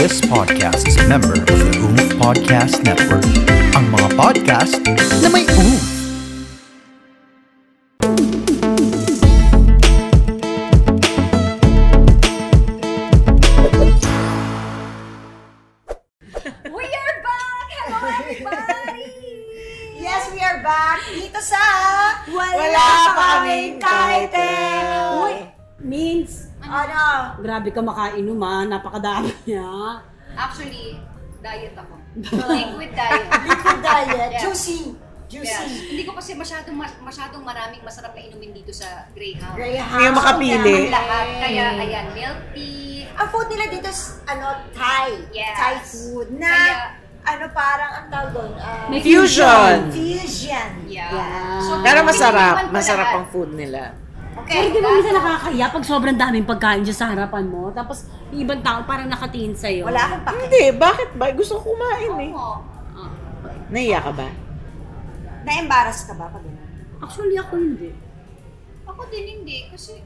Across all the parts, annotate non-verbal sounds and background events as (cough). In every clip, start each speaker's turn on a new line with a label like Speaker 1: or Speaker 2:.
Speaker 1: This podcast is a member of the OOF Podcast Network. Ang mga podcast na may OOF.
Speaker 2: We are back! Hello everybody!
Speaker 3: Yes, we are back dito sa
Speaker 2: Wala pa kaming
Speaker 3: title.
Speaker 4: Uy, means,
Speaker 3: Ano?
Speaker 4: grabe ka makainom ah, napakadami niya.
Speaker 2: Actually, diet ako. Liquid diet.
Speaker 3: (laughs) Liquid diet,
Speaker 2: Yeah.
Speaker 3: juicy,
Speaker 2: Yeah.
Speaker 3: juicy.
Speaker 2: Hindi ko kasi masyadong, mas- masyadong maraming masarap na inumin dito sa Greyhound.
Speaker 3: Grey house.
Speaker 5: Kaya makapili.
Speaker 2: Ang lahat. Kaya, ayan, milk tea.
Speaker 3: Ang food nila dito is ano, Thai.
Speaker 2: Yes.
Speaker 3: Thai food na
Speaker 2: Kaya-
Speaker 3: ano parang ang tawag doon? ah,
Speaker 4: May
Speaker 5: Fusion.
Speaker 3: fusion.
Speaker 2: Yeah.
Speaker 4: Yeah.
Speaker 5: Pero
Speaker 2: pinilipan
Speaker 5: masarap.
Speaker 2: ko
Speaker 5: Masarap
Speaker 2: lahat.
Speaker 5: ang food nila.
Speaker 2: Okay.
Speaker 3: Eh,
Speaker 4: Pero di ba minsan nakakahiya pag sobrang daming pagkain dyan sa harapan mo? Tapos yung ibang tao parang nakatingin sa'yo.
Speaker 3: Wala akong pake.
Speaker 5: Hindi, bakit ba? Gusto ko kumain eh.
Speaker 2: Oo.
Speaker 5: Naiya ka ba?
Speaker 3: Na-embarrass ka ba pag ganun?
Speaker 4: Actually, ako hindi.
Speaker 2: Ako din hindi. Kasi,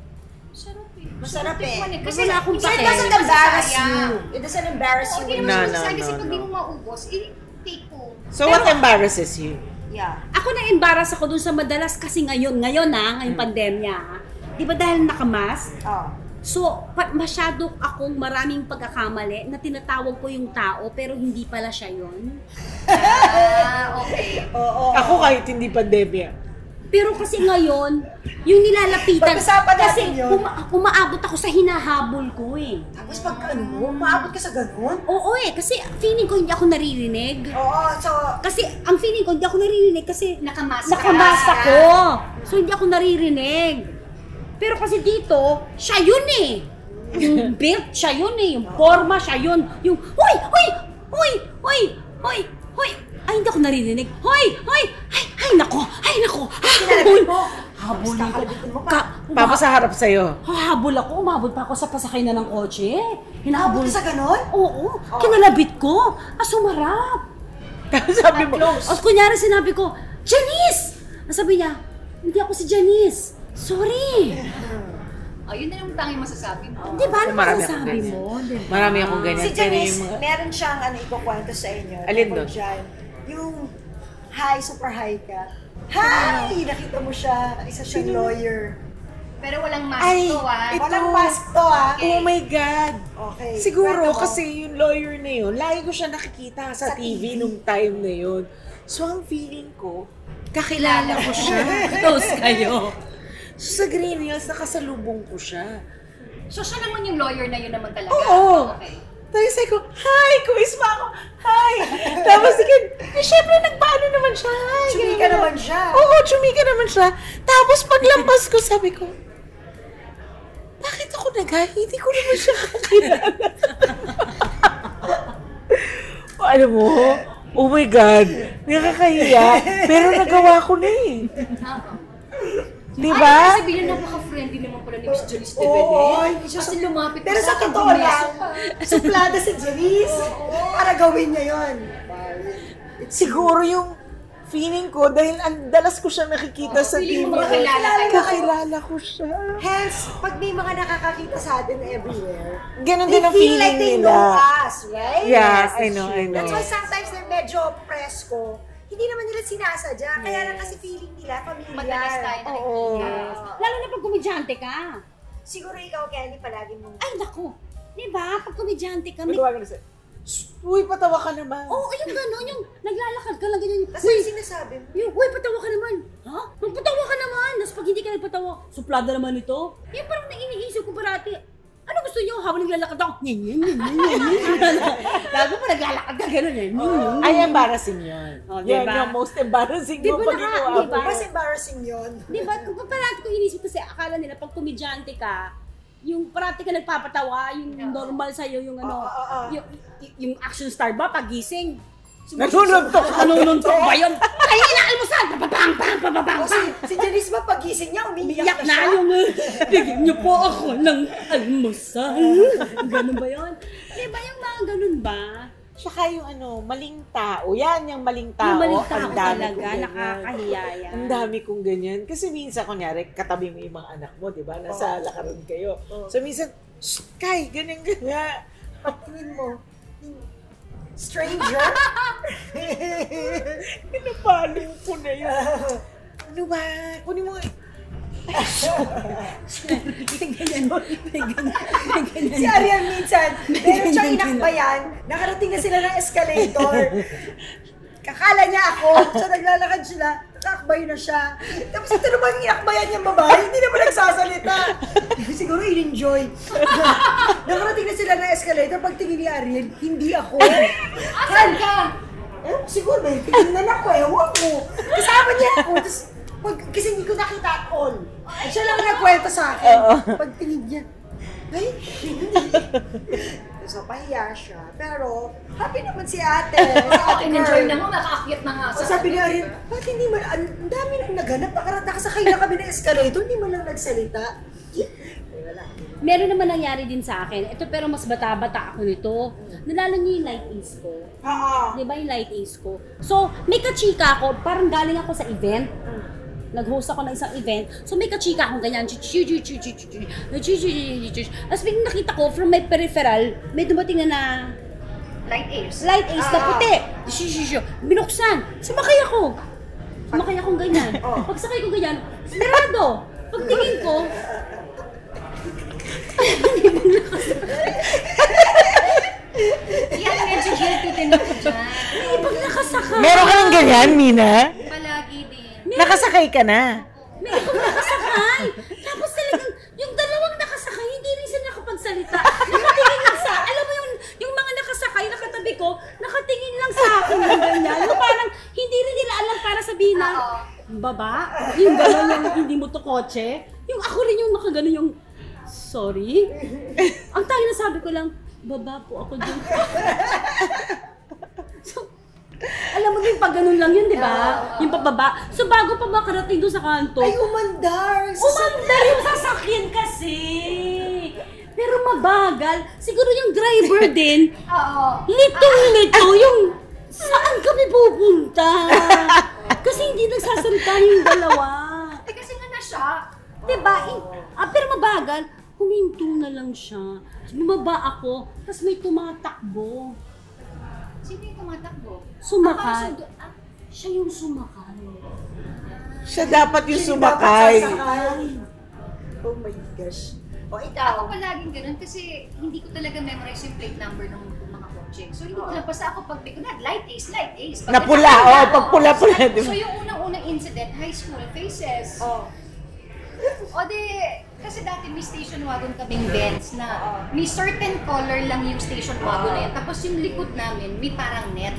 Speaker 2: masarap eh.
Speaker 3: Masarap eh.
Speaker 2: Tikman Kasi,
Speaker 4: Wala akong
Speaker 3: So it
Speaker 4: pake.
Speaker 3: doesn't
Speaker 2: Hindi
Speaker 3: embarrass you.
Speaker 2: masasayang.
Speaker 3: It doesn't embarrass
Speaker 2: Oo,
Speaker 3: you.
Speaker 2: hindi
Speaker 5: No,
Speaker 2: naman
Speaker 5: no,
Speaker 2: masasayang kasi
Speaker 5: no,
Speaker 2: pag di
Speaker 5: no.
Speaker 2: mo maubos, i-take home.
Speaker 5: So what embarrasses you?
Speaker 3: Yeah.
Speaker 4: Ako na-embarrass ako dun sa madalas kasi ngayon, ngayon na,
Speaker 3: Hmm.
Speaker 4: ngayong pandemya ah. Di ba dahil nakamask?
Speaker 3: Oh.
Speaker 4: So, pa- masyado akong maraming pagkakamali na tinatawag ko yung tao pero hindi pala siya yon.
Speaker 2: Ah, okay.
Speaker 3: Oo.
Speaker 5: Ako kahit hindi pandemya.
Speaker 4: Pero kasi ngayon, yung nilalapitan,
Speaker 3: Pag-usapan natin
Speaker 4: kasi
Speaker 3: yun.
Speaker 4: uma- umaabot ako sa hinahabol ko eh.
Speaker 3: Tapos pag ano, maabot ka sa ganun?
Speaker 4: Oo eh, kasi feeling ko hindi ako naririnig.
Speaker 3: Oo, so,
Speaker 4: Kasi ang feeling ko hindi ako naririnig kasi
Speaker 2: Nakamask.
Speaker 4: nakamas ako. So hindi ako naririnig. Pero kasi dito, siya yun eh.
Speaker 3: (laughs)
Speaker 4: Yung built, siya yun eh. Yung forma, siya yun. Yung, hoy, hoy, hoy, hoy, hoy, hoy. Ay, hindi ako naririnig. Hoy, hoy, ay, ay, nako, ay, nako. Ah, habol. Habol ko. Ka,
Speaker 5: Papa sa harap sa'yo. (laughs)
Speaker 4: Hahabol ako, umabot pa ako sa pasakay na ng kotse.
Speaker 3: maabot
Speaker 4: Hinahabol.
Speaker 3: ka sa ganun?
Speaker 4: Oo, kinalabit ko. Ah, sumarap.
Speaker 5: Tapos sabi mo, "Oh,
Speaker 4: At kunyari sinabi ko, Janice! Ang sabi niya, hindi ako si Janice. Sorry.
Speaker 2: Ayun Oh, na lang tanging masasabi mo.
Speaker 4: Di ba? Ano
Speaker 5: Marami akong
Speaker 4: masasabi
Speaker 5: ganyan.
Speaker 4: mo? Di ba?
Speaker 5: marami akong ganyan.
Speaker 3: Si
Speaker 5: Pero yung
Speaker 3: Janice,
Speaker 5: mga-
Speaker 3: meron siyang ano, ikukwento sa inyo.
Speaker 5: Alin
Speaker 3: tungkol
Speaker 5: doon?
Speaker 3: dyan. Yung high, super high ka. Hi! Nakita mo siya, isa siyang lawyer.
Speaker 2: Pero walang mask
Speaker 5: Ay,
Speaker 2: to ah.
Speaker 5: Ito.
Speaker 3: Walang mask to ah.
Speaker 2: Okay.
Speaker 5: Oh my God!
Speaker 3: Okay.
Speaker 5: Siguro
Speaker 3: kwento mo.
Speaker 5: kasi yung lawyer na yun, lagi ko siya nakikita sa,
Speaker 3: Sa
Speaker 5: TV,
Speaker 3: TV.
Speaker 5: nung time na
Speaker 3: (laughs)
Speaker 5: yun. So ang feeling ko, kakilala ko siya.
Speaker 4: Close kayo.
Speaker 5: so sa Green Hills, nakasalubong ko siya.
Speaker 2: So siya naman yung lawyer na yun naman talaga.
Speaker 5: Oo.
Speaker 2: Okay.
Speaker 5: Tapos sabi ko, hi, kumisma ako, hi. Tapos again, eh, syempre nagpaano naman siya, hi.
Speaker 3: Chumika
Speaker 5: ganun.
Speaker 3: naman siya.
Speaker 5: Oo, chumika naman siya. Tapos paglampas ko, sabi ko, bakit ako nag-hi? Hindi ko naman siya kakilala. (laughs) O, Alam mo, oh my God, nakakahiya. Pero nagawa ko na eh.
Speaker 2: Tama.
Speaker 5: Di
Speaker 2: Ay,
Speaker 5: ba?
Speaker 2: sabihin na napaka-friendly naman pala ni Miss Julius de
Speaker 3: Oo,
Speaker 4: eh.
Speaker 2: Belen.
Speaker 3: hindi siya
Speaker 2: Kasi
Speaker 3: sa-
Speaker 2: lumapit
Speaker 3: Pero
Speaker 2: na
Speaker 3: sa
Speaker 2: akin,
Speaker 3: totoo
Speaker 2: bumiyaso
Speaker 3: lang,
Speaker 2: pa.
Speaker 3: suplada si Janice para gawin niya yun.
Speaker 5: Siguro yung feeling ko, dahil ang dalas ko siya nakikita
Speaker 2: Oo,
Speaker 5: sa
Speaker 2: feeling
Speaker 5: TV.
Speaker 2: mo makakilala kayo.
Speaker 5: Kakilala ko siya.
Speaker 3: Hence, pag may mga nakakakita sa atin everywhere,
Speaker 5: Ganon
Speaker 3: they
Speaker 5: din ang
Speaker 3: feel
Speaker 5: feeling
Speaker 3: like they
Speaker 5: nila.
Speaker 3: know us, right?
Speaker 5: Yeah, I know, I know.
Speaker 3: That's why sometimes they're medyo presko. Hindi naman nila sinasadya. Kaya lang kasi feeling nila familiar.
Speaker 2: Madalas tayo na
Speaker 5: Oo.
Speaker 4: Lalo na pag komedyante ka.
Speaker 3: Siguro ikaw, Kelly, palagi mong...
Speaker 4: Ay, naku. Di ba? Pag komedyante ka, may...
Speaker 5: Magawa ka na sa'yo. Uy, patawa ka naman.
Speaker 4: Oo, yung gano'n, yung naglalakad ka lang ganyan.
Speaker 3: Kasi
Speaker 4: Uy,
Speaker 3: sinasabi mo.
Speaker 4: yung, uy, patawa ka naman. Ha? Magpatawa ka naman. Tapos pag hindi ka nagpatawa, suplada naman ito. Yan parang naiiniisip ko parati. Ano gusto niyo habang naglalakad ako? Nyan, nyan, nyan, nyan, nyan. (laughs) Lago pa naglalakad ka gano'n eh. Nyan, nyan.
Speaker 5: Ay, embarrassing yun.
Speaker 4: Oh,
Speaker 5: Yan
Speaker 4: diba?
Speaker 5: yung most embarrassing
Speaker 4: Di
Speaker 5: mo
Speaker 4: ba
Speaker 5: pag
Speaker 4: naka-
Speaker 5: ginawa
Speaker 4: di
Speaker 5: mo.
Speaker 4: ba?
Speaker 3: Mas embarrassing
Speaker 4: (laughs)
Speaker 3: yun.
Speaker 4: Di ba? Diba, Kung parati ko inisip kasi akala nila pag komedyante ka, yung parati ka nagpapatawa, yung normal sa'yo, yung ano,
Speaker 3: Oo, oo, oo.
Speaker 4: yung, y- yung action star ba, pagising?
Speaker 5: Nanununtok.
Speaker 4: Nanununtok ba yun? Ay, inaalmusal! Papabang, bang,
Speaker 3: O
Speaker 4: papabang,
Speaker 3: si,
Speaker 4: bang!
Speaker 3: si Janice ba pagising niya, umiiyak
Speaker 4: Iyak
Speaker 3: na siya?
Speaker 4: na yung, eh, bigyan niyo po ako ng almusal. Ganun ba yun? Di ba yung mga ganun ba?
Speaker 5: Tsaka yung ano, maling tao. Yan yung maling tao.
Speaker 4: yung malita
Speaker 5: Ang
Speaker 4: ako
Speaker 5: dami
Speaker 4: talaga,
Speaker 5: kong ganyan.
Speaker 4: nakakahiya yan.
Speaker 5: Ang dami kong ganyan. Kasi minsan, kunyari, katabi mo yung mga anak mo, di ba? Nasa lakaran kayo. So minsan, shh, Kai, ganyan, ganyan.
Speaker 3: Pagtingin mo, Stranger?
Speaker 5: Napalo ko na
Speaker 3: (laughs)
Speaker 5: yun. Ano ba? Kunin mo.
Speaker 3: si Arian minsan, meron siyang inakbayan, nakarating na sila ng escalator. Kakala niya ako, so naglalakad sila, nakakbay na siya. Tapos ito naman yung inakbayan niyang babae, hindi naman nagsasalita. Siguro in-enjoy. (laughs) nakarating na sila ng escalator, pagtingin ni Arian, hindi ako.
Speaker 2: Asan ka?
Speaker 3: Eh, siguro may tingin na ako, ewan ko. Kasama niya ako, tapos pag, kasi hindi ko nakita at all. Siya lang nagkwento sa akin. Pag tingin niya, ay, hindi. so, pahiya siya. Pero, happy naman si (laughs) ate.
Speaker 5: Oh,
Speaker 2: Ako, in-enjoy na mo, nakaakyat na nga.
Speaker 3: O sabi niya rin, ba't hindi man, ang ang dami nang naganap, nakarata ka sa kanya kami ng escalator, hindi man lang nagsalita. Ay, wala.
Speaker 4: Meron naman nangyari din sa akin. Ito pero mas bata-bata ako nito. Nalala niyo yung light ace ko.
Speaker 3: Oo.
Speaker 4: Di ba yung light ace ko? So, may kachika ako. Parang galing ako sa event. Nag-host ako ng isang event. So, may kachika akong ganyan. Chu- chu- chu- chu- chu- chu- chu- chu- chu- chu- chu- chu. Tapos biglang nakita ko from my peripheral, may dumating na na
Speaker 2: Light airs.
Speaker 4: light ace na
Speaker 3: Ah.
Speaker 4: puti. Chu- chu- chu. Binuksan. Sumakay ako. Sumakay akong ganyan.
Speaker 3: Oh.
Speaker 4: Pagsakay ko ganyan, sarado. Pagtingin ko,
Speaker 2: Yan, medyo guilty din ako dyan.
Speaker 4: may ibang nakasakay.
Speaker 5: Meron ka ng ganyan, Mina?
Speaker 2: Palagi din.
Speaker 5: Nakasakay ka na.
Speaker 4: May ibang nakasakay. Tapos talagang, yung dalawang nakasakay, hindi rin sila nakapagsalita. Nakatingin lang sa, alam mo yung, yung mga nakasakay, nakatabi ko, nakatingin lang sa akin ng ganyan. Yung parang, hindi rin nila alam para sabihin na,
Speaker 2: Oo.
Speaker 4: baba, yung gano'n yung hindi mo to kotse. Yung ako rin yung nakagano yung, sorry. Ang tayo na sabi ko lang, baba po ako dyan. so, alam mo yung pag ganun lang yun, di ba? Yung pababa. So, bago pa makarating doon sa kanto,
Speaker 3: Ay, umandar!
Speaker 4: Umandar yung sasakyan kasi! Pero mabagal. Siguro yung (laughs) driver din,
Speaker 2: Oo.
Speaker 4: litong-lito yung saan kami pupunta? (laughs) Kasi hindi nagsasalita yung dalawa.
Speaker 2: Eh, kasi nga na-shock.
Speaker 4: Diba? In- ah, pero mabagal, huminto na lang siya. Bumaba ako, tapos may tumatakbo.
Speaker 2: Sino yung tumatakbo?
Speaker 4: Sumakay.
Speaker 2: Parang sundo- ah,
Speaker 4: Siya yung sumakay.
Speaker 5: Siya dapat yung
Speaker 3: Hindi dapat
Speaker 5: sumakay.
Speaker 3: sasakay. Oh my gosh. O, Oh, ikaw.
Speaker 2: Ako palaging ganun kasi hindi ko talaga memorize yung plate number ng mga kotse. So hindi ko lang basta ako pag bigla, light ace, light ace.
Speaker 5: Na pula, oo, pag pula-pula,
Speaker 2: So,
Speaker 5: di ba?
Speaker 2: So yung unang-unang incident, high school, faces.
Speaker 3: Oh.
Speaker 2: O de, kasi dati may station wagon kaming Benz na may certain color lang yung station wagon na yun. Tapos yung likod namin, may parang net.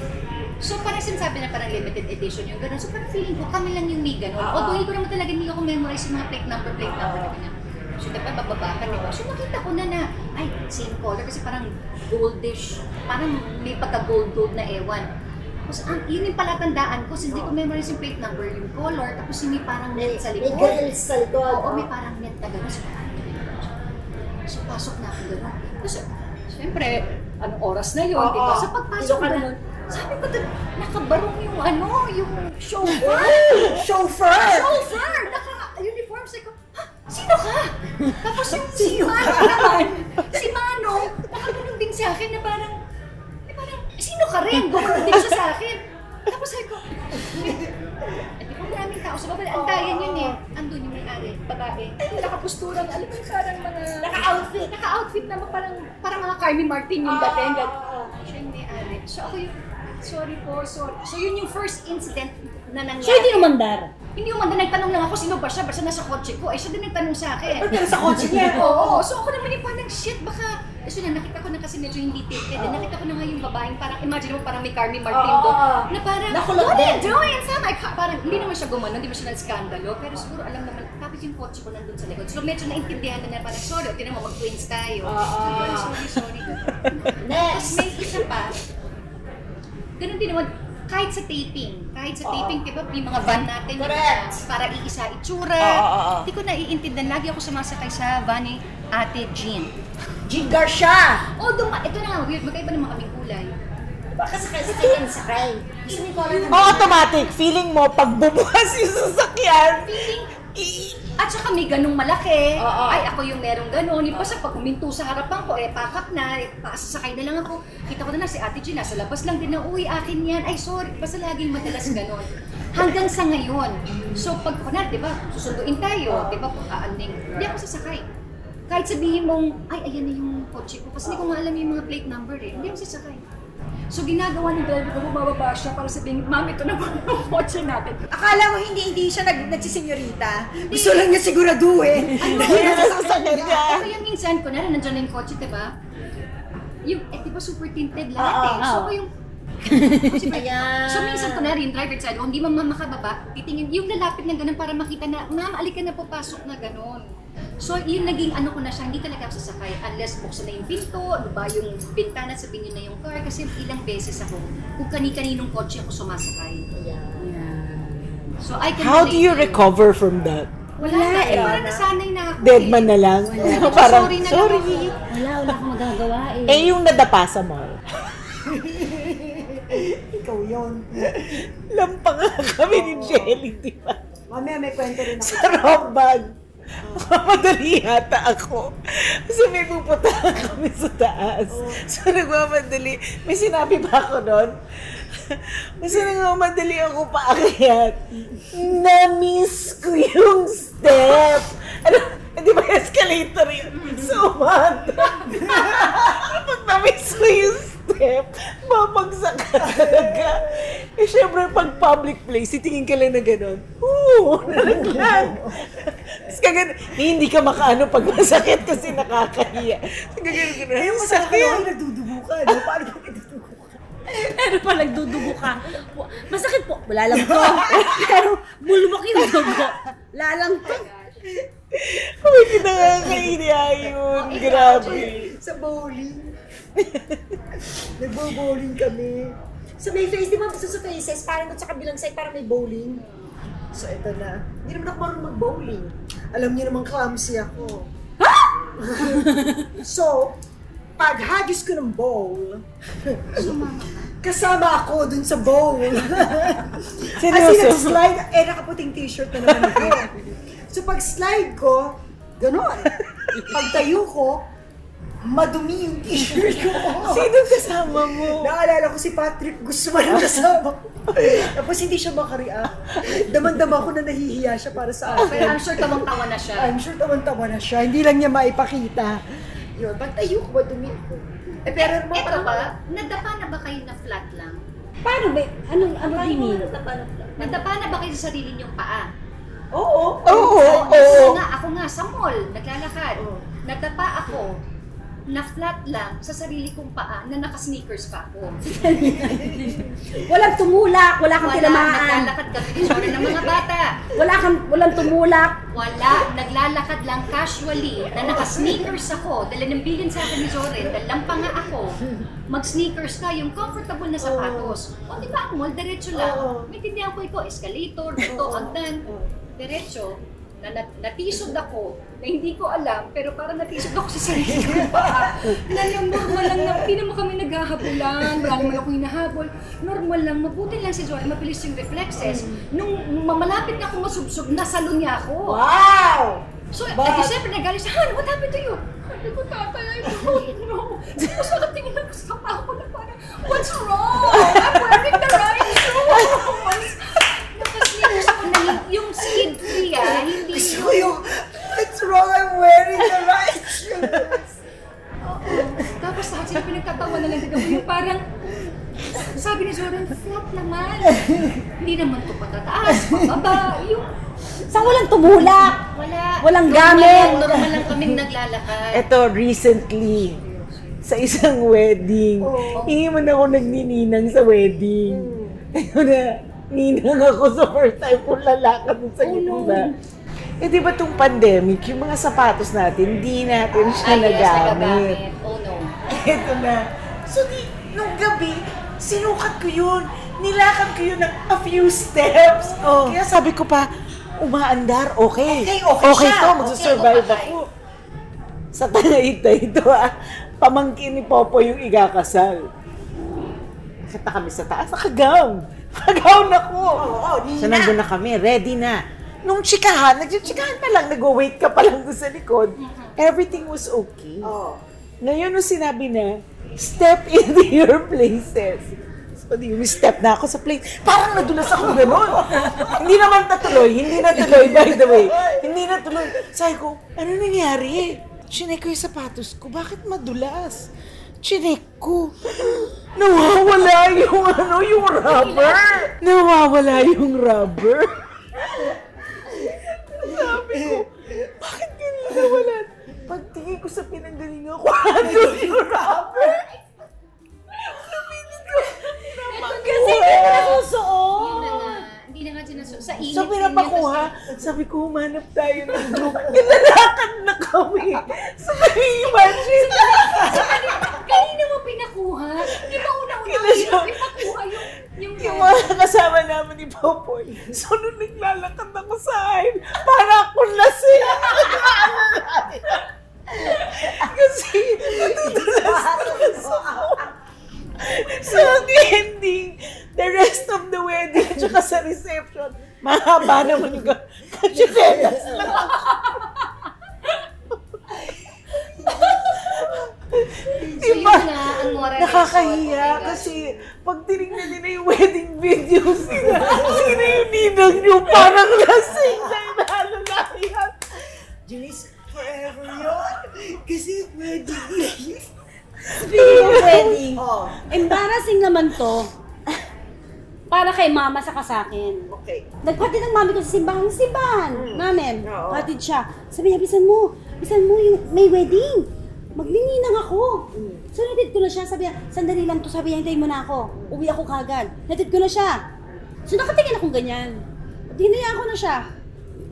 Speaker 2: So parang sinasabi na parang limited edition yung ganun. So parang feeling ko kami lang yung may ganun.
Speaker 3: Ah.
Speaker 2: Although hindi ko naman talaga hindi ako memorize yung mga plate number, plate number na ganyan. So dapat bababa ka, di ba? So nakita ko na na, ay, same color kasi parang goldish. Parang may pagka-gold-gold na ewan. Tapos ang yun yung palatandaan ko, since hindi ko memorize yung plate number, yung color, tapos yung may parang net sa
Speaker 3: Ah. May
Speaker 2: likod.
Speaker 3: girls sa likod.
Speaker 2: Oo,
Speaker 3: oh.
Speaker 2: may parang net na gano'n. So, parang ganun. ano, eh. So, pasok na ako gano'n. Tapos, syempre, ano oras na yun,
Speaker 3: Oo.
Speaker 2: di ba? Sa pagpasok
Speaker 3: Ilok
Speaker 2: ko
Speaker 3: ka na.
Speaker 2: gano'n, sabi ko doon, nakabarong yung ano, yung chauffeur.
Speaker 3: Chauffeur!
Speaker 2: chauffeur! Naka-uniform. Sabi ko, ha? Sino ka? Tapos yung
Speaker 3: (laughs)
Speaker 2: si Mano naman, si Mano, nakagano'n din sa akin na parang, eh, parang, sino ka rin? Gumanon din siya sa akin. Tapos sabi ko, hindi ko maraming tao sa baba. Antayan yun eh. Andun yung may-ari, babae. Nakapusturang, alam mo yung parang mga... Naka-outfit. Naka-outfit na mga parang, parang mga Carmi Martin yung dating. gan- Siya yung may-ari. So ako yung, sorry po, sorry. So yun yung first incident na nangyari.
Speaker 4: Siya hindi umandar.
Speaker 2: Hindi naman na nagtanong lang ako sino ba siya, basta nasa kotse ko. Ay, siya din nagtanong sa akin.
Speaker 3: Pero sa kotse niya. (laughs)
Speaker 2: Oo,
Speaker 3: oh,
Speaker 2: so ako naman yung parang shit, baka... eh, So na nakita ko na kasi medyo hindi tilted. And nakita ko na nga yung babaeng parang, imagine mo parang may Carmi Martin
Speaker 3: Oo.
Speaker 2: doon. Na parang,
Speaker 3: Nakulot
Speaker 2: what are you
Speaker 3: din."
Speaker 2: doing? Sam, I ca-" Parang hindi naman siya gumano, hindi naman siya nag-skandalo. Pero siguro alam naman, tapos yung kotse ko nandun sa likod. So medyo naintindihan na niya parang, sorry, okay na mo, mag-twins tayo. Ayun, Sorry, sorry. Tapos may isa pa, ganun din naman, kahit sa taping, kahit sa taping, di ba, yung mga van natin, yung
Speaker 3: Correct.
Speaker 2: mga para iisa itsura.
Speaker 5: Mm-hmm. Oo, oo, oo.
Speaker 2: Hindi ko naiintindihan. Lagi ako sumasakay sa van ni Ate Jean.
Speaker 3: Jean Garcia!
Speaker 2: Oh, duma, ito na nga, weird, magkaiba naman kaming kulay.
Speaker 3: Baka sakay sa kanya sakay. Gusto ni Colin
Speaker 5: O automatic, feeling mo, pag bubukas yung sasakyan,
Speaker 2: Feeling,
Speaker 5: i-
Speaker 2: At saka may ganong malaki.
Speaker 5: Oo.
Speaker 2: Ay, ako yung merong ganon. Yung pasa, pag huminto sa harapan ko, eh, pakap na, eh, pasasakay na lang ako. Kita ko na na si Ate Jean, nasa labas lang din na, uy, akin yan. Ay, sorry. Basta laging madalas ganon. Hanggang sa ngayon. So, pag kunwari, di ba, susunduin tayo, di ba, kung aanding, hindi ako sasakay. Kahit sabihin mong, ay, ayan na yung kotse ko. Kasi hindi ko nga alam yung mga plate number eh. Hindi ako sasakay. So, ginagawa ng driver ko, bumababa siya para sabihin, ma'am, ito na po yung kotse natin.
Speaker 3: Akala mo hindi hindi siya nag nagsisenyorita. Gusto lang niya (laughs) siguraduhin. Ano
Speaker 5: Ayun, nasasakyan niya.
Speaker 2: Ako yung minsan, kunwari nandiyan na yung kotse, diba? Yung, eh, diba super tinted lahat eh. So
Speaker 4: Oo, oo.
Speaker 2: ako
Speaker 4: (laughs)
Speaker 2: yung,
Speaker 4: Ayan.
Speaker 2: so minsan kunwari yung driver side, kung hindi man ma'am makababa, titingin, yung lalapit ng ganun para makita na, ma'am, alika na po, pasok na ganun. So yun naging ano ko na siya, hindi talaga ako sasakay unless buksan na yung pinto, ano ba yung bintana, sabihin nyo na yung car. Kasi ilang beses ako, kung kani-kaninong kotse ako sumasakay. So I can
Speaker 5: How do
Speaker 2: relate
Speaker 5: you
Speaker 2: to-
Speaker 5: recover from that?
Speaker 2: Wala, na eh. Parang nasanay na ako.
Speaker 5: Dead
Speaker 2: eh.
Speaker 5: man na lang?
Speaker 2: Wala.
Speaker 5: (laughs) Parang,
Speaker 2: Sorry na lang
Speaker 5: sorry.
Speaker 2: ako.
Speaker 4: Wala, wala akong magagawa eh.
Speaker 5: Eh, yung nadapa sa mall. (laughs)
Speaker 3: Ikaw yun.
Speaker 5: Lampang nga kami ni Jelly, di ba?
Speaker 3: Mamaya may kwento rin ako.
Speaker 5: Sa rock bag. Mamadali yata ako. Kasi may pupunta (laughs) kami sa taas. So, nagmamadali. May sinabi pa ako noon. (laughs) Kasi nagmamadali ako paakyat.
Speaker 2: Mm.
Speaker 5: Na-miss ko yung step. Ano? Hindi ba escalator yun? So, what? Kapag na-miss ko yung step, babagsak ka talaga. Eh, syempre, pag public place, titingin ka lang na gano'n. Oo, nalaglag. Tapos kagano, eh, hindi ka makaano pag masakit kasi nakakahiya. Tapos kagano,
Speaker 3: Ayun,
Speaker 5: gano'n. Ang
Speaker 3: Eh, masakit
Speaker 5: sakit.
Speaker 3: ako. Ay, nagdudubo ka. Ano? Paano ba nagdudubo ka?
Speaker 4: Pero pa nagdudugo ka. Wa- Masakit po. Wala lang to. Pero bulbok yung dugo. Wala lang to.
Speaker 5: Uy, hindi nakakahiya yun. Grabe.
Speaker 3: (laughs) Sa bowling. (laughs) Nagbo-bowling kami. Sa may face, di ba? Basta sa faces, parang doon sa kabilang side, parang may bowling. So, ito na. Hindi naman ako marunong mag-bowling. Alam niyo naman, clumsy ako. (laughs) so, paghagis ko ng bowl, kasama ako dun sa bowl. As in,
Speaker 5: Seryoso?
Speaker 3: nag-slide, eh, nakaputing t-shirt na naman ako. (laughs) so, pag slide ko, ganon. Pagtayo ko, madumi yung t-shirt ko.
Speaker 5: Sino kasama mo?
Speaker 3: Naalala ko si Patrick Guzman ang kasama
Speaker 5: (laughs)
Speaker 3: ko. Tapos hindi siya makareact. Damandama ko na nahihiya siya para sa
Speaker 2: Pero
Speaker 3: akin.
Speaker 2: I'm sure tawang-tawa na siya.
Speaker 3: I'm sure tawan-tawa na siya. Hindi lang niya maipakita. Yun, ba't tayo ko ba dumi ko? Eh, pero mo
Speaker 2: Ito ba? Nadapa na ba kayo na flat lang?
Speaker 4: Paano ba? Ano, ano do you mean?
Speaker 2: Nadapa na ba kayo sa sarili niyong paa?
Speaker 3: Oo.
Speaker 5: Oo,
Speaker 2: Ah,
Speaker 5: oo.
Speaker 2: Ako nga, ako nga, sa mall, naglalakad. Nadapa ako na flat lang sa sarili kong paa na naka-sneakers pa ako.
Speaker 4: Walang tumulak. Wala kang
Speaker 2: Wala,
Speaker 4: tinamaan.
Speaker 2: naglalakad kami ni Jordan ng mga bata.
Speaker 4: Wala kang, walang tumulak.
Speaker 2: Wala, naglalakad lang casually na naka-sneakers ako. Dala ng bilin sa akin ni Joren, dalampa nga ako. Mag-sneakers ka, yung comfortable na sapatos. O di ba, ang mall, diretso lang.
Speaker 3: Oo.
Speaker 2: Maintindihan ko ito, escalator, ito, agdan. Diretso, na, na natisod ako, na hindi ko alam, pero para natisod ako sa sarili ko (laughs) pa. na yung normal lang, na, hindi naman kami naghahabulan, wala naman ako hinahabol. Normal lang, mabuti lang si Joel, mabilis yung reflexes. Nung mamalapit na ako masubsob, nasalo niya ako.
Speaker 3: Wow!
Speaker 2: So,
Speaker 3: Bakit?
Speaker 2: eh, siyempre nagalit siya, Han, what happened to you? Sabi ko, tatay, I (laughs) don't know. Tapos nakatingin ako sa kapwa ko na parang, what's wrong? I'm wearing the right shoes. Nakasneakers ako na yung skid free, ah. Hindi
Speaker 3: Gusto ko
Speaker 2: yung...
Speaker 3: yung, what's wrong? I'm wearing the
Speaker 5: (laughs)
Speaker 3: right shoes.
Speaker 2: Oo. Tapos sa sila pinagtatawa na lang ako yung parang, sabi ni Jordan, flat naman. Hindi naman to patataas, pababa. Yung
Speaker 4: Saan walang tumulak?
Speaker 2: wala.
Speaker 4: Walang
Speaker 2: Normal lang,
Speaker 4: gamit.
Speaker 2: Normal lang kaming naglalakad.
Speaker 5: Eto, recently, sa isang (laughs) wedding,
Speaker 3: Oo.
Speaker 5: hindi man ako nagnininang sa wedding.
Speaker 3: Hmm.
Speaker 5: Ayun na, ninang ako sa first time kung lalakad sa
Speaker 3: Oh,
Speaker 5: gitna. Eh di ba tong pandemic, yung mga sapatos natin, di natin siya
Speaker 2: Ay, yes,
Speaker 5: nagamit.
Speaker 2: nagagamit. Oh no.
Speaker 5: (laughs) Eto na. So di, nung gabi, sinukat ko yun. Nilakad ko yun ng a few steps. Kaya Oh, sabi ko pa, umaandar, okay.
Speaker 3: Okay, okay siya.
Speaker 5: to, magsusurvive
Speaker 2: Okay, okay.
Speaker 5: ako. Sa Tanaytay ito ah, pamangkin ni Popo yung igakasal. Nakita (laughs) kami sa taas, nakagam. Nakagaw na ko.
Speaker 3: Oo, oh,
Speaker 5: So nandun na kami, ready na. nung chikahan, nagchichikahan pa lang, nag-wait ka pa lang doon sa likod, everything was okay.
Speaker 3: Oo.
Speaker 5: Ngayon, nung sinabi na, step into (laughs) your places. So, di, step na ako sa place. Parang nadulas ako gano'n. hindi naman natuloy. Hindi natuloy, by the way. Hindi natuloy. Sabi ko, ano nangyari? Chinek ko yung sapatos ko. Bakit madulas? Chinek ko. Nawawala yung ano, yung rubber. Nawawala yung rubber. Sabi ko, bakit ganun nawala? Pagtingin ko sa pinanggalingan ko, ano yung rubber?
Speaker 4: Kasi hindi ko nasusuot.
Speaker 2: Yun na nga, hindi na nga sinasunod. Sa init.
Speaker 5: So
Speaker 2: din yun
Speaker 5: pinapakuha,
Speaker 2: kasi-
Speaker 5: sabi ko humanap tayo ng group. Nilalakad na kami. So can you imagine?
Speaker 2: Kanina mo pinakuha. Di ba una-una
Speaker 5: Kailan
Speaker 2: kanina
Speaker 5: siya-
Speaker 2: pinakuha yung... Yung,
Speaker 5: Yung mga kasama namin ni Popoy. So nung naglalakad ako sa akin, para akong lasing. (laughs) Kasi natutulas tulas ako. So ang ending, the rest of the wedding, tsaka sa reception, mahaba naman yung ga- kasi fetas lang ako.
Speaker 2: so yun
Speaker 5: Diba?
Speaker 2: na ang moral
Speaker 5: Nakakahiya
Speaker 2: diba?
Speaker 5: kasi pag tinignan nila yung wedding videos nila, sino yung ninang nyo? Parang lasing na inaalalayas.
Speaker 3: Julis, forever yun. Kasi
Speaker 5: (laughs)
Speaker 3: wedding yun.
Speaker 4: Speaking of wedding,
Speaker 3: Oo.
Speaker 5: Oh.
Speaker 4: embarrassing naman to. Para kay mama saka sa akin.
Speaker 3: Okay.
Speaker 4: Nagpatid ng mami ko sa simbahan. Simbahan! Namin.
Speaker 3: Oo.
Speaker 4: Patid siya. Sabi niya, bisan mo. Bisan mo yung may wedding. Magninginang ako. So, natid ko na siya. Sabi niya, sandali lang to. Sabi niya, hintayin mo na ako. Uwi ako kagad. Natid ko na siya. So, nakatingin akong ganyan. At hinayaan ko na siya.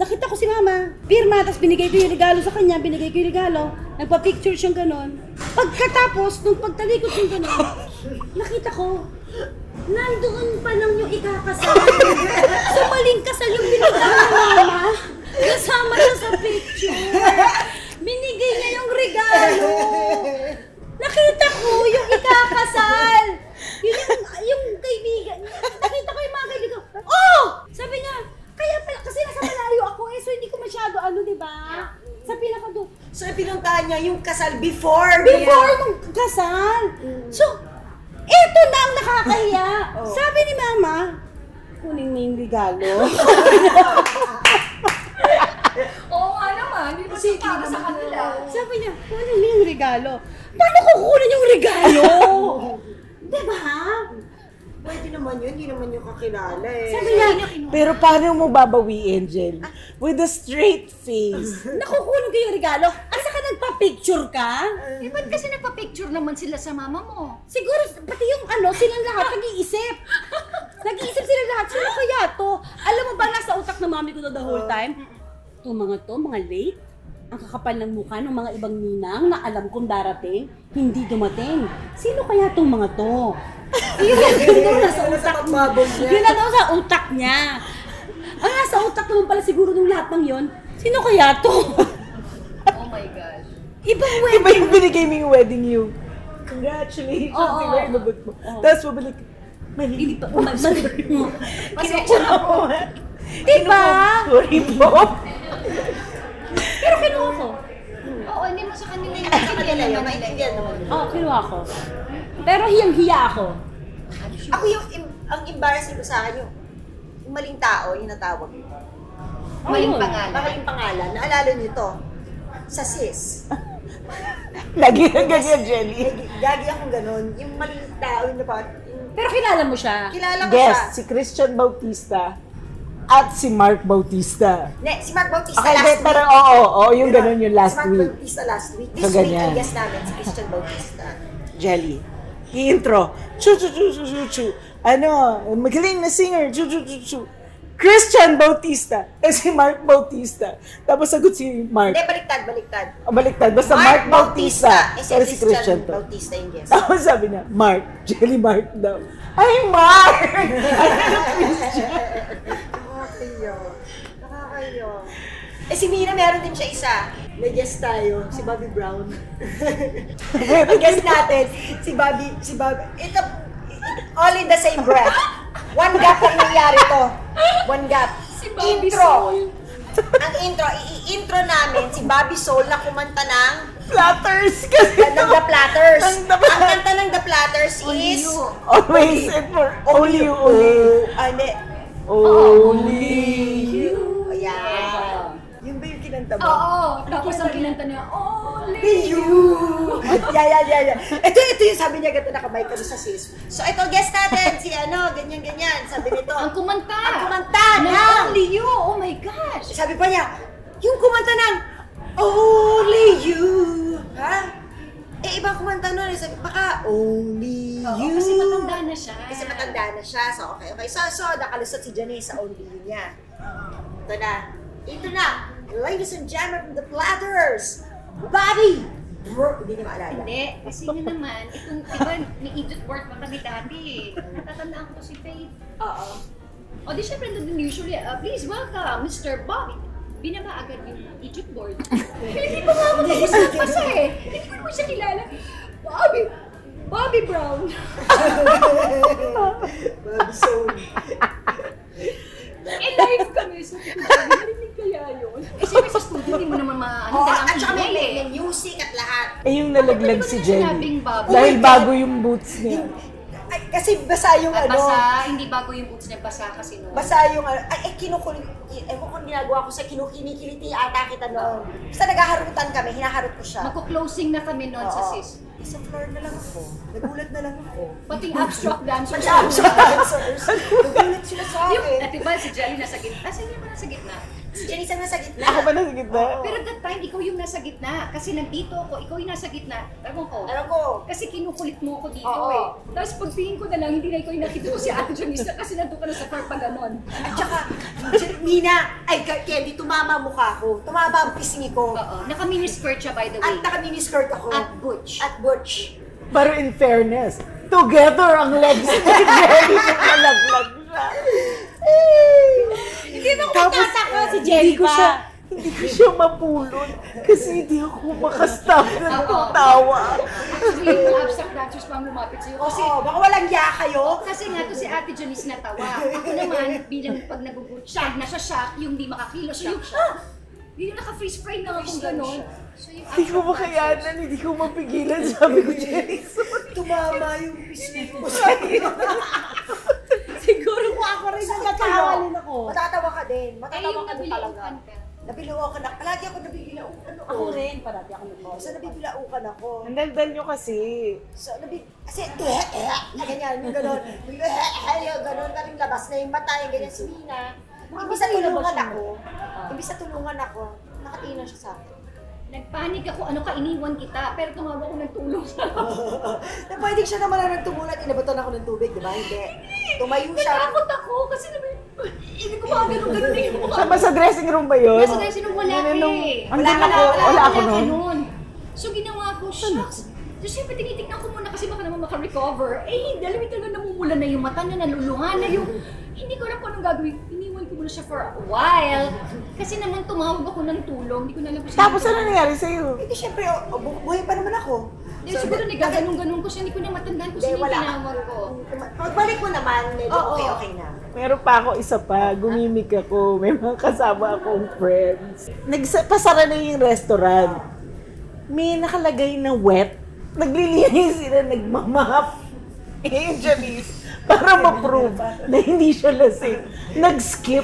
Speaker 4: Nakita ko si mama. Pirma, tapos binigay ko yung regalo sa kanya. Binigay ko yung regalo. Nagpa-picture siyang ganon. Pagkatapos, nung pagtalikod yung ganon, nakita ko, Nandoon pa lang yung ikakasal. Sumaling kasal yung binigay ni mama. Kasama siya sa picture. Binigay niya yung regalo. Nakita ko yung ikakasal. Yun yung, yung kaibigan. Nakita ko yung mga kaibigan. Oh! Sabi niya, kaya pala, kasi nasa malayo ako eh, so hindi ko masyado ano, di ba? Sa pinakadulo.
Speaker 3: So, pinuntahan niya yung kasal before.
Speaker 4: Before
Speaker 3: niya.
Speaker 4: nung kasal. So, eto na ang nakakahiya. Sabi ni Mama, kunin mo yung regalo.
Speaker 2: Oo nga naman, hindi ba siya para sa kanila?
Speaker 4: Sabi niya, kunin mo yung regalo. Paano ko kukunin yung regalo? diba?
Speaker 3: Pwede naman yun, hindi naman yung kakilala eh.
Speaker 4: Sabi niya,
Speaker 5: Pero paano mo babawiin, Jen? With a straight face.
Speaker 4: nakukunin ko yung regalo. At saka nagpa-picture ka?
Speaker 2: Eh, ba't kasi nagpa-picture naman sila sa mama mo?
Speaker 4: Siguro, pati yung ano, silang lahat nag-iisip. Nag-iisip sila lahat, sino kaya to? Alam mo ba, nasa utak ng mami ko to the whole time? To mga to, mga late. Ang kakapal ng mukha ng mga ibang ninang na alam kong darating, hindi dumating. Sino kaya tong mga to? Yun ang ganun nasa
Speaker 3: Ano
Speaker 4: utak
Speaker 3: sa pagmabog niya?
Speaker 4: Yun ang nasa utak niya. Ang nasa utak naman pala siguro ng lahat ng yon, sino kaya to?
Speaker 2: Oh my gosh.
Speaker 4: Ibang way.
Speaker 5: Di ba yung binigay mo yung wedding you? Congratulations,
Speaker 4: Oo.
Speaker 5: di ba yung babot mo?
Speaker 4: Oo.
Speaker 5: Tapos babalik, mali.
Speaker 4: Hindi pa, ma- mali mo.
Speaker 5: Kinukuha ko.
Speaker 4: Diba?
Speaker 5: Sorry, Bob.
Speaker 4: Pero kinuha ko.
Speaker 2: Oo, hindi mo sa kanila yung naman
Speaker 3: yun,
Speaker 2: nila.
Speaker 3: maintindihan naman.
Speaker 4: Oo, kinuha ko. Pero hiyang-hiya ako.
Speaker 3: Ako yung, im- ang embarrassing ko sa akin yung, yung maling tao, yung natawag.
Speaker 2: Maling
Speaker 4: Ayun.
Speaker 2: pangalan.
Speaker 3: Baka yung pangalan, naalala niyo to. Sa sis.
Speaker 5: Lagi ang ganyan, Jelly.
Speaker 3: Gagi akong ganun. Yung maling tao, yung dapat, yung
Speaker 4: Pero kilala mo Ano siya.
Speaker 3: kilala ko
Speaker 5: Yes,
Speaker 3: siya.
Speaker 5: si Christian Bautista at si Mark Bautista.
Speaker 3: Ne, si Mark Bautista last
Speaker 5: Okay, last
Speaker 3: week. Diba?
Speaker 5: pero oo, oo, yung ganun yung last
Speaker 3: si Mark
Speaker 5: week.
Speaker 3: Bautista last week. This
Speaker 5: So,
Speaker 3: week,
Speaker 5: ganyan.
Speaker 3: ang guest namin, si Christian Bautista.
Speaker 5: Jelly. I-intro. Chu chu chu chu chu chu. Ano, magaling na singer. Chu chu chu chu. Christian Bautista. (laughs) Eh si Mark Bautista. Tapos sagot si
Speaker 3: Hindi,
Speaker 5: Mark.
Speaker 3: baliktad, baliktad.
Speaker 5: Ah, Baliktad. Basta Mark, Bautista.
Speaker 3: Eh, si
Speaker 5: Pero si Christian to.
Speaker 3: Bautista yung guest.
Speaker 5: Tapos sabi niya, Mark. Jelly Mark daw. Ay, (laughs) Mark! Ano, Christian?
Speaker 3: Nakakayo. Nakakayo. Eh, si Mina, meron din siya isa. Nag-guest tayo, si Bobby Brown. Ang guest natin, si Bobby, si Bobby. Ito, all in the same breath. One gap ang nangyari to. One gap.
Speaker 2: Si Bobby
Speaker 3: Intro.
Speaker 2: Soul.
Speaker 6: ang intro, i-intro namin si Bobby Soul na kumanta ng
Speaker 5: Flatters kasi
Speaker 6: ng The Platters.
Speaker 5: Ang The
Speaker 6: Ang kanta ng The Platters is...
Speaker 5: Always and for only you, only you. Ah, Oh,
Speaker 6: Ano?
Speaker 5: Only you.
Speaker 6: Ayan.
Speaker 3: Yun ba yung kinanta mo?
Speaker 2: Oo, tapos ang kinanta niya, "Oh, Only
Speaker 3: Only you! (laughs) yeah, yeah, yeah, yeah. Ito, ito yung sabi niya ganda nakabike kami sa sis.
Speaker 6: So ito, guest natin, si ano, ganyan-ganyan. Sabi nito,
Speaker 2: Ang kumanta!
Speaker 6: Ang kumanta
Speaker 2: Ng
Speaker 6: ng-
Speaker 2: Only You! Oh my gosh!
Speaker 3: Sabi pa niya, yung kumanta ng Only You. Ha?
Speaker 6: eh, ibang kumanta nun. eh. Sabi, baka
Speaker 3: Only
Speaker 2: Oo,
Speaker 3: You.
Speaker 2: kasi matanda na siya.
Speaker 6: Kasi matanda na siya. So, okay, okay. So, so nakalusot si Janice sa only you niya. Ito na. Ito na. Ladies and gentlemen, the platters. Bobby! Bro, hindi niya maalala.
Speaker 2: Hindi, kasi yun naman, itong, di ba, may idiot board pa kami dati. Natatandaan ko si Faith.
Speaker 6: Oo.
Speaker 2: O di syempre, nandun usually, ah, please welcome Mr. Bobby. Binaba agad yung idiot
Speaker 6: (laughs)
Speaker 2: board. Hindi pa nga mag-uusap pa siya eh. Hindi ko naman siya kilala. Bobby! Bobby Brown!
Speaker 3: Bobby Soul.
Speaker 2: Eh, live kami. So, Bobby, narinig kaya yun? Eh, Kasi may sa studio, hindi mo naman maano.
Speaker 6: Oo,
Speaker 2: kailangan
Speaker 6: at saka may,
Speaker 2: ingay
Speaker 6: may,
Speaker 2: eh.
Speaker 6: may music at lahat.
Speaker 5: Eh, yung nalaglag si Jenny.
Speaker 2: Sinabing bago.
Speaker 5: Dahil bago yung boots niya.
Speaker 3: Ay, kasi basa yung
Speaker 2: Ah,
Speaker 3: ano.
Speaker 2: basa, hindi bago yung boots niya, basa kasi no.
Speaker 3: Basa yung ano.
Speaker 6: Ay, eh, kinukul... Ewan ko kung ginagawa ko sa kinukinikiliti ata kita noon. Basta naghaharutan kami, hinaharot ko siya.
Speaker 2: Magko-closing na kami noon sa sis.
Speaker 3: Isang floor na lang ako. Nagulat na lang ako.
Speaker 2: Pati yung abstract dancer.
Speaker 3: Siya,
Speaker 6: (laughs)
Speaker 3: siya, dancers. Nagulat sila sa
Speaker 2: Yung,
Speaker 3: akin.
Speaker 2: at diba, si Jelly nasa gitna. Ah, sino yung nasa gitna?
Speaker 6: Si Janice ang nasa gitna.
Speaker 5: Ako ba nasa gitna?
Speaker 2: Pero at that time, ikaw yung nasa gitna. Kasi nandito ako, ikaw yung nasa gitna. Alam ko.
Speaker 6: Alam ko.
Speaker 2: Kasi kinukulit mo ako dito
Speaker 6: Oo.
Speaker 2: eh. Tapos pagtingin ko na lang, hindi na ikaw yung nakita ko si Ate Janice kasi nandun ka na sa car pa ganon.
Speaker 6: At saka, Mina, ay, Candy, tumama ang mukha ko. Tumama ang pisngi ko.
Speaker 2: Oo. Naka-miniskirt siya by the way.
Speaker 6: At naka-miniskirt ako.
Speaker 2: At butch.
Speaker 6: At butch.
Speaker 5: Pero in fairness, together ang (laughs) legs ni Jenny. Nalaglag siya.
Speaker 6: Hindi mo
Speaker 4: Nagtataka si Jenny
Speaker 5: Hindi ko
Speaker 4: pa.
Speaker 5: siya, hindi ko siya mapulon kasi hindi ako makastop ng tawa.
Speaker 2: Actually, yung abstract dancers pa ang lumapit sa'yo. Kasi,
Speaker 3: Oo, baka walang ya kayo.
Speaker 2: Oh, kasi nga to si Ate Janice natawa. Ako naman, bilang pag nagugulat siya, nasa shock, yung di makakilos siya. Ah! Yung naka-freeze frame na akong ganon. So, yung
Speaker 5: Hindi ko
Speaker 2: abstract
Speaker 5: makayanan, hindi ko mapigilan. Sabi ko, Jenny, sorry.
Speaker 3: Tumama yung pisngi ko.
Speaker 4: Siguro kung ako rin ang natawa rin ako.
Speaker 6: Matatawa ka din.
Speaker 2: Ay,
Speaker 6: Matatawa
Speaker 2: yung
Speaker 6: ka din talaga.
Speaker 2: nabiliukan ka.
Speaker 6: Nabilaukan ako. Palagi ako nabibilaukan ako.
Speaker 4: Ako rin, parati ako nagmawas.
Speaker 6: So, nabibilaukan ako.
Speaker 5: Ang dagdag nyo kasi.
Speaker 6: So, nabi... Kasi, eh, eh, na ganyan, yung gano'n. Yung eh, eh, yung gano'n. Kaming labas na yung mata, yung ganyan. Si Mina, imbis na tulungan ako, imbis na tulungan ako, nakatingin lang siya sa akin.
Speaker 2: Nagpanik ako, ano ka, iniwan kita. Pero tumawa ako ng tulong sa
Speaker 3: Na pwede siya naman na nagtumulat, inabutan ako ng tubig, di ba? Hindi. Tumayo siya.
Speaker 2: Natakot ako kasi nabi, hindi ko makagano'n ganun na yung mukha.
Speaker 5: Sa, sa dressing room ba yun?
Speaker 2: Nasa tayo sinong wala ka eh.
Speaker 5: Wala
Speaker 2: ka
Speaker 5: ako, wala ako
Speaker 2: ka
Speaker 5: nun.
Speaker 2: nun. So ginawa ko, shucks. So siyempre tinitignan ko muna kasi baka naman makarecover. Eh, dalawa talaga namumula na yung mata na naluluhan na yung... Hindi ko alam kung anong gagawin. Iniwan ko muna siya for a while. Kasi naman tumawag ako ng tulong. Hindi ko na alam kung
Speaker 5: Tapos ano nangyari sa'yo?
Speaker 3: Hindi, syempre, oh, oh, bu- buhay pa naman ako.
Speaker 2: Hindi, siguro nagaganong-ganong ko siya. Hindi ko na matandaan kung sino yung
Speaker 6: wala.
Speaker 2: tinawag ko.
Speaker 6: Pagbalik mo naman, medyo
Speaker 2: Oo.
Speaker 6: okay, okay na.
Speaker 5: Meron pa ako isa pa, gumimik ako, may mga kasama akong friends. Nagpasara na yung restaurant. May nakalagay na wet. Naglilinis sila, nagmamap. (laughs) Eh, yung Janice, para ma-prove na hindi siya lasing. Nag-skip.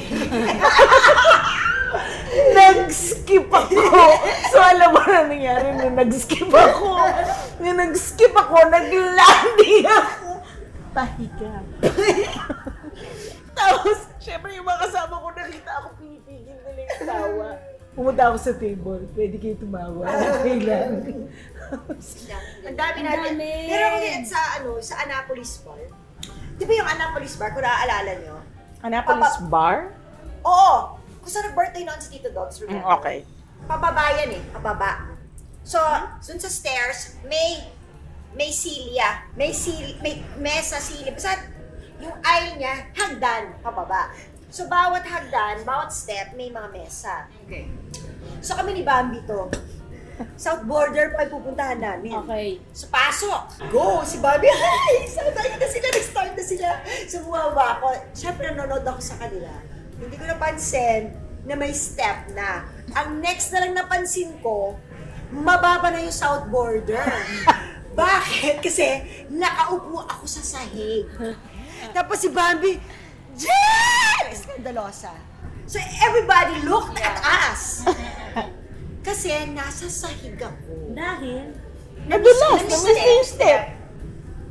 Speaker 5: (laughs) nag-skip ako. So, alam mo na nangyari nung nag-skip ako. Nung nag-skip ako, nag-landing (laughs) ako. Pahiga. Tapos, syempre yung mga kasama ko nakita ako pinipigil nila yung tawa. Pumunta ako sa table, pwede kayo (laughs) tumawa. Okay lang.
Speaker 6: Ang dami natin.
Speaker 4: dami.
Speaker 6: Pero kung yan sa, ano, sa Annapolis Bar, di ba yung Annapolis Bar, kung naaalala nyo?
Speaker 5: Annapolis Bar?
Speaker 6: Oo! Kung saan nag-birthday noon si Tito Dogs, remember?
Speaker 5: Mm, Okay.
Speaker 6: pababa yan eh, pababa. So, dun sa stairs, may may silya, may sil may mesa silya. Basta yung aisle niya, hagdan, pababa. So, bawat hagdan, bawat step, may mga mesa.
Speaker 2: Okay.
Speaker 6: So, kami ni Bambi to. South border pa pupuntahan namin.
Speaker 4: Okay.
Speaker 6: So, pasok! Go! Si Bobby, (laughs) hi! So, tayo na sila, nag-start na sila. So, bumaba ako. Siyempre, nanonood ako sa kanila. Hindi ko napansin na may step na. Ang next na lang napansin ko, mababa na yung south border. Bakit? Kasi nakaupo ako sa sahig. Tapos si Bambi, Jen! Eskandalosa. So everybody looked at us. Kasi nasa sahig ako.
Speaker 4: Dahil,
Speaker 5: Nadulas,
Speaker 6: Namiss
Speaker 5: naman
Speaker 6: na
Speaker 5: yung step.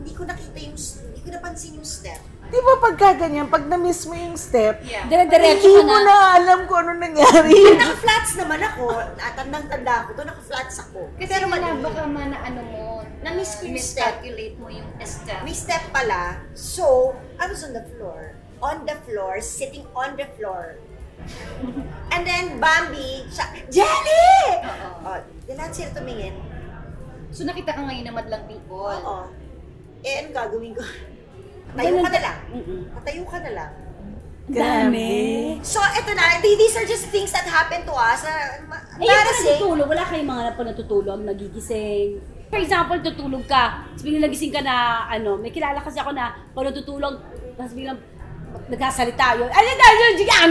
Speaker 6: Hindi ko nakita yung, hindi ko napansin yung step.
Speaker 5: Di ba pagka ganyan, pag na-miss mo yung step,
Speaker 2: Yeah.
Speaker 4: dire-diretso ka
Speaker 5: hindi mo
Speaker 4: na.
Speaker 5: na alam kung ano (laughs) nangyari.
Speaker 6: Yung naka-flats naman ako, at tandang-tanda ko to, naka-flats ako.
Speaker 2: Kasi
Speaker 6: Pero
Speaker 2: nga
Speaker 6: mali.
Speaker 2: baka man na ano mo,
Speaker 6: Na-miss ko yung
Speaker 2: miscalculate mo yung step.
Speaker 6: May step pala. So, I was on the floor. On the floor, sitting on the floor. And then, Bambi, siya, Jelly!
Speaker 2: Oo.
Speaker 6: Oh, di lahat sila tumingin.
Speaker 2: So nakita ka ngayon na madlang people.
Speaker 6: Oo. Eh, ano gagawin ko? Tayo ka na lang. Patayo ka na lang.
Speaker 4: Ang dami.
Speaker 6: So, eto na. th- These are just things that happen to us. na- ma-
Speaker 4: Eh, yung pala
Speaker 6: embarrassing.
Speaker 4: natutulog, wala kayong mga napang natutulog, nagigising. For example, tutulog ka, tapos biglang nagising ka na, ano, may kilala kasi ako na, pag natutulog, tapos biglang nagkasalita yun, ano na yun, diyan!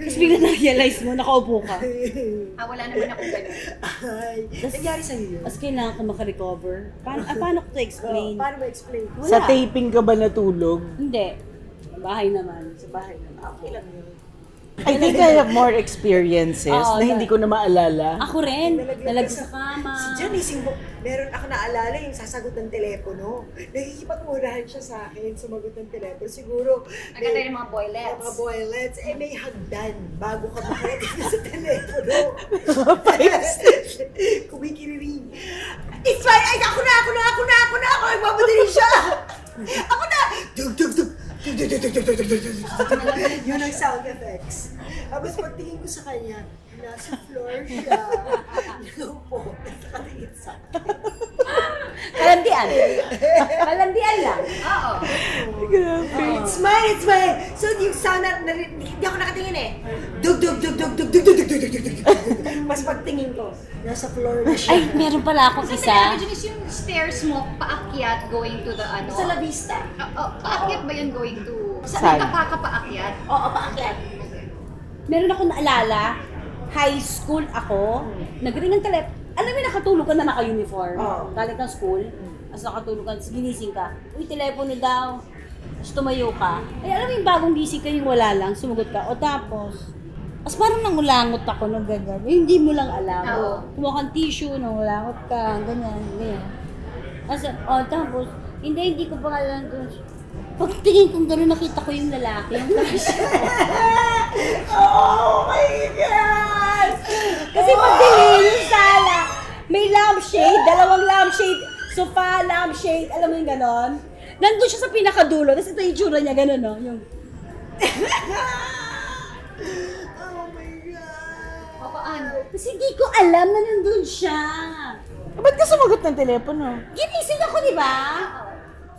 Speaker 4: Tapos biglang na-realize mo, nakaupo ka.
Speaker 2: Ah, wala naman ako ganun.
Speaker 6: Ay, nangyari sa'yo yun.
Speaker 4: Tapos kailangan ka makarecover. Paano, ah, paano ko to
Speaker 6: Oh,
Speaker 4: explain?
Speaker 6: paano ba explain?
Speaker 4: Wala.
Speaker 5: Sa taping ka ba natulog?
Speaker 4: Hindi. Sa bahay naman.
Speaker 6: Sa bahay naman. Ah, Okay lang yun.
Speaker 5: I think I have more experiences
Speaker 4: Oo,
Speaker 5: na hindi ko na maalala.
Speaker 4: Ako rin, nalag
Speaker 6: Nalaglag ka
Speaker 4: sa
Speaker 6: sa-
Speaker 4: kama.
Speaker 6: Si Johnny, singbo, meron ako naalala yung sasagot ng telepono. Nakikipagmurahan siya sa akin, sumagot ng telepono. Siguro,
Speaker 2: Nagkatay ng mga boylets.
Speaker 6: mga boylets, eh may hagdan bago ka makarating sa telepono. Kumikiriring. It's fine, ay ako na, ako na, ako na, ako na, ako, ay mamadali siya. Ako na! Dug, dug, dug. Dug, dug, dug, dug, dug, dug, dug, dug. Yun ang sound effects. Tapos pagtingin ko sa kanya, nasa floor siya. (laughs) Nakaupo, nakatingin sa akin.
Speaker 4: Kalandian. Kalandian lang.
Speaker 2: Oo.
Speaker 6: It's mine, it's mine! So yung sound na, nari- hindi ako nakatingin eh. Dug, dug, dug, dug, dug, dug, dug, dug, dug, dug, dug, dug. Mas pagtingin ko, nasa floor na siya.
Speaker 4: Ay, meron pala akong
Speaker 2: Kasi
Speaker 4: isa.
Speaker 2: talaga dyan is yung stairs mo, paakyat going to the ano.
Speaker 6: Sa labista.
Speaker 2: Ah, oh, paakyat ba yan going to? Sa
Speaker 5: Saan?
Speaker 2: Saan? ka pa ka paakyat?
Speaker 6: Oo, paakyat.
Speaker 4: Meron ako naalala, high school ako, nagring ang tele... Alam mo, nakatulog ka na naka-uniform.
Speaker 6: Oo.
Speaker 4: Galing ng school, as nakatulog ka, tapos ginising ka. Uy, telepono daw. Tapos tumayo ka. Ay, alam mo yung bagong gising ka, yung wala lang, sumugot ka. O tapos, tapos parang nangulangot ako ng ganyan. Eh, hindi mo lang alam.
Speaker 2: Oo.
Speaker 4: Kumuha kang tissue, nangulangot ka, ganyan, ganyan. As, oh, tapos, hindi, hindi ko pa alam doon. Pagtingin kong gano'n, nakita ko yung lalaki. Yung
Speaker 6: (laughs) Oh my God!
Speaker 4: Kasi pag dilim yung sala, may lampshade, dalawang lampshade, sofa, lampshade, alam mo yung ganon? Nandun siya sa pinakadulo, tapos ito yung tsura niya, ganon, no? Yung,
Speaker 6: Oh my God!
Speaker 2: O paano?
Speaker 4: "Ano?" tapos hindi ko alam na nandun siya.
Speaker 5: Ba't ka sumagot ng telepono?
Speaker 4: Ginising ako, di ba?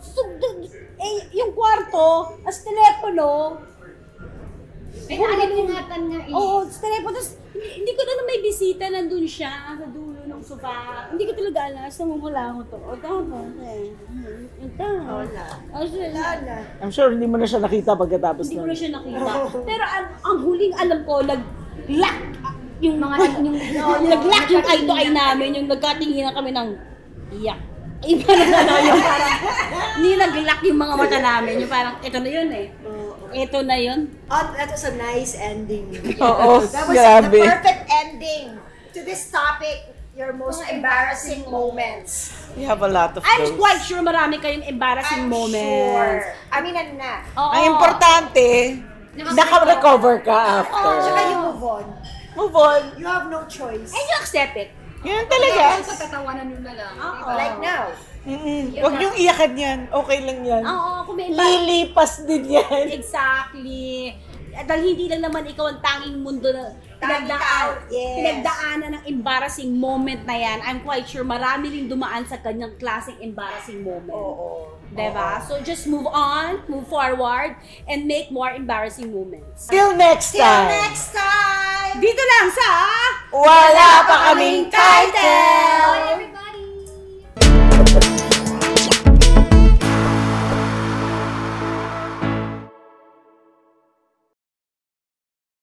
Speaker 4: So, d- d- eh, yung kwarto, as telepono,
Speaker 2: May naalimungatan nga eh.
Speaker 4: oo, as telepono, tapos hindi, hindi ko na alam may bisita, nandun siya, sa dulo ng sofa. Hindi ko talaga alam, tapos namumula ako to. O, tapos, eh, mm, yung tapos.
Speaker 6: Wala.
Speaker 4: O, siya-
Speaker 6: Wala na.
Speaker 5: I'm sure hindi mo na siya nakita pagkatapos
Speaker 4: Hindi ko
Speaker 5: nun.
Speaker 4: na siya nakita. Pero ang, ang huling alam ko, nag-lock yung mga, yung, nag-lock yung eye to eye namin, yung nagkatinginan kami ng iyak. Iba na ano yung parang, hindi nag-lock yung mga mata namin, yung parang, ito na yun eh. Ito na yun.
Speaker 6: Oh, that was a nice ending.
Speaker 5: Oo,
Speaker 6: That was
Speaker 5: grabe.
Speaker 6: the perfect ending to this topic, your most embarrassing moments.
Speaker 5: We have a lot of
Speaker 4: I'm quite sure marami kayong embarrassing
Speaker 6: I'm
Speaker 4: moments.
Speaker 6: sure. I mean, ano na.
Speaker 4: Oo.
Speaker 5: Ang importante, naka-recover ka after.
Speaker 6: Tsaka you move on.
Speaker 5: Move on.
Speaker 6: You have no choice.
Speaker 4: And you accept it.
Speaker 5: Ganyan
Speaker 2: Talaga?
Speaker 5: talaga.
Speaker 2: Ang patatawanan nyo na lang.
Speaker 4: Oo.
Speaker 2: diba?
Speaker 6: Like now.
Speaker 5: Mm-mm. Huwag niyong iyakan yan. Okay lang yan.
Speaker 4: Diba? Oo, kung may embarrassing.
Speaker 5: Lilipas din yan.
Speaker 4: Exactly. Dahil hindi lang naman ikaw ang tanging mundo na
Speaker 6: Tanging
Speaker 4: pinagdaan,
Speaker 6: tao, yes.
Speaker 4: pinagdaanan ng embarrassing moment na yan. I'm quite sure marami rin dumaan sa kanyang klaseng embarrassing moment.
Speaker 6: Oo.
Speaker 4: Diba? So just move on, move forward, and make more embarrassing moments.
Speaker 5: Till next
Speaker 6: Till
Speaker 5: time.
Speaker 6: next time!
Speaker 4: Dito lang sa...
Speaker 5: Wala pa kaming title.
Speaker 4: Wala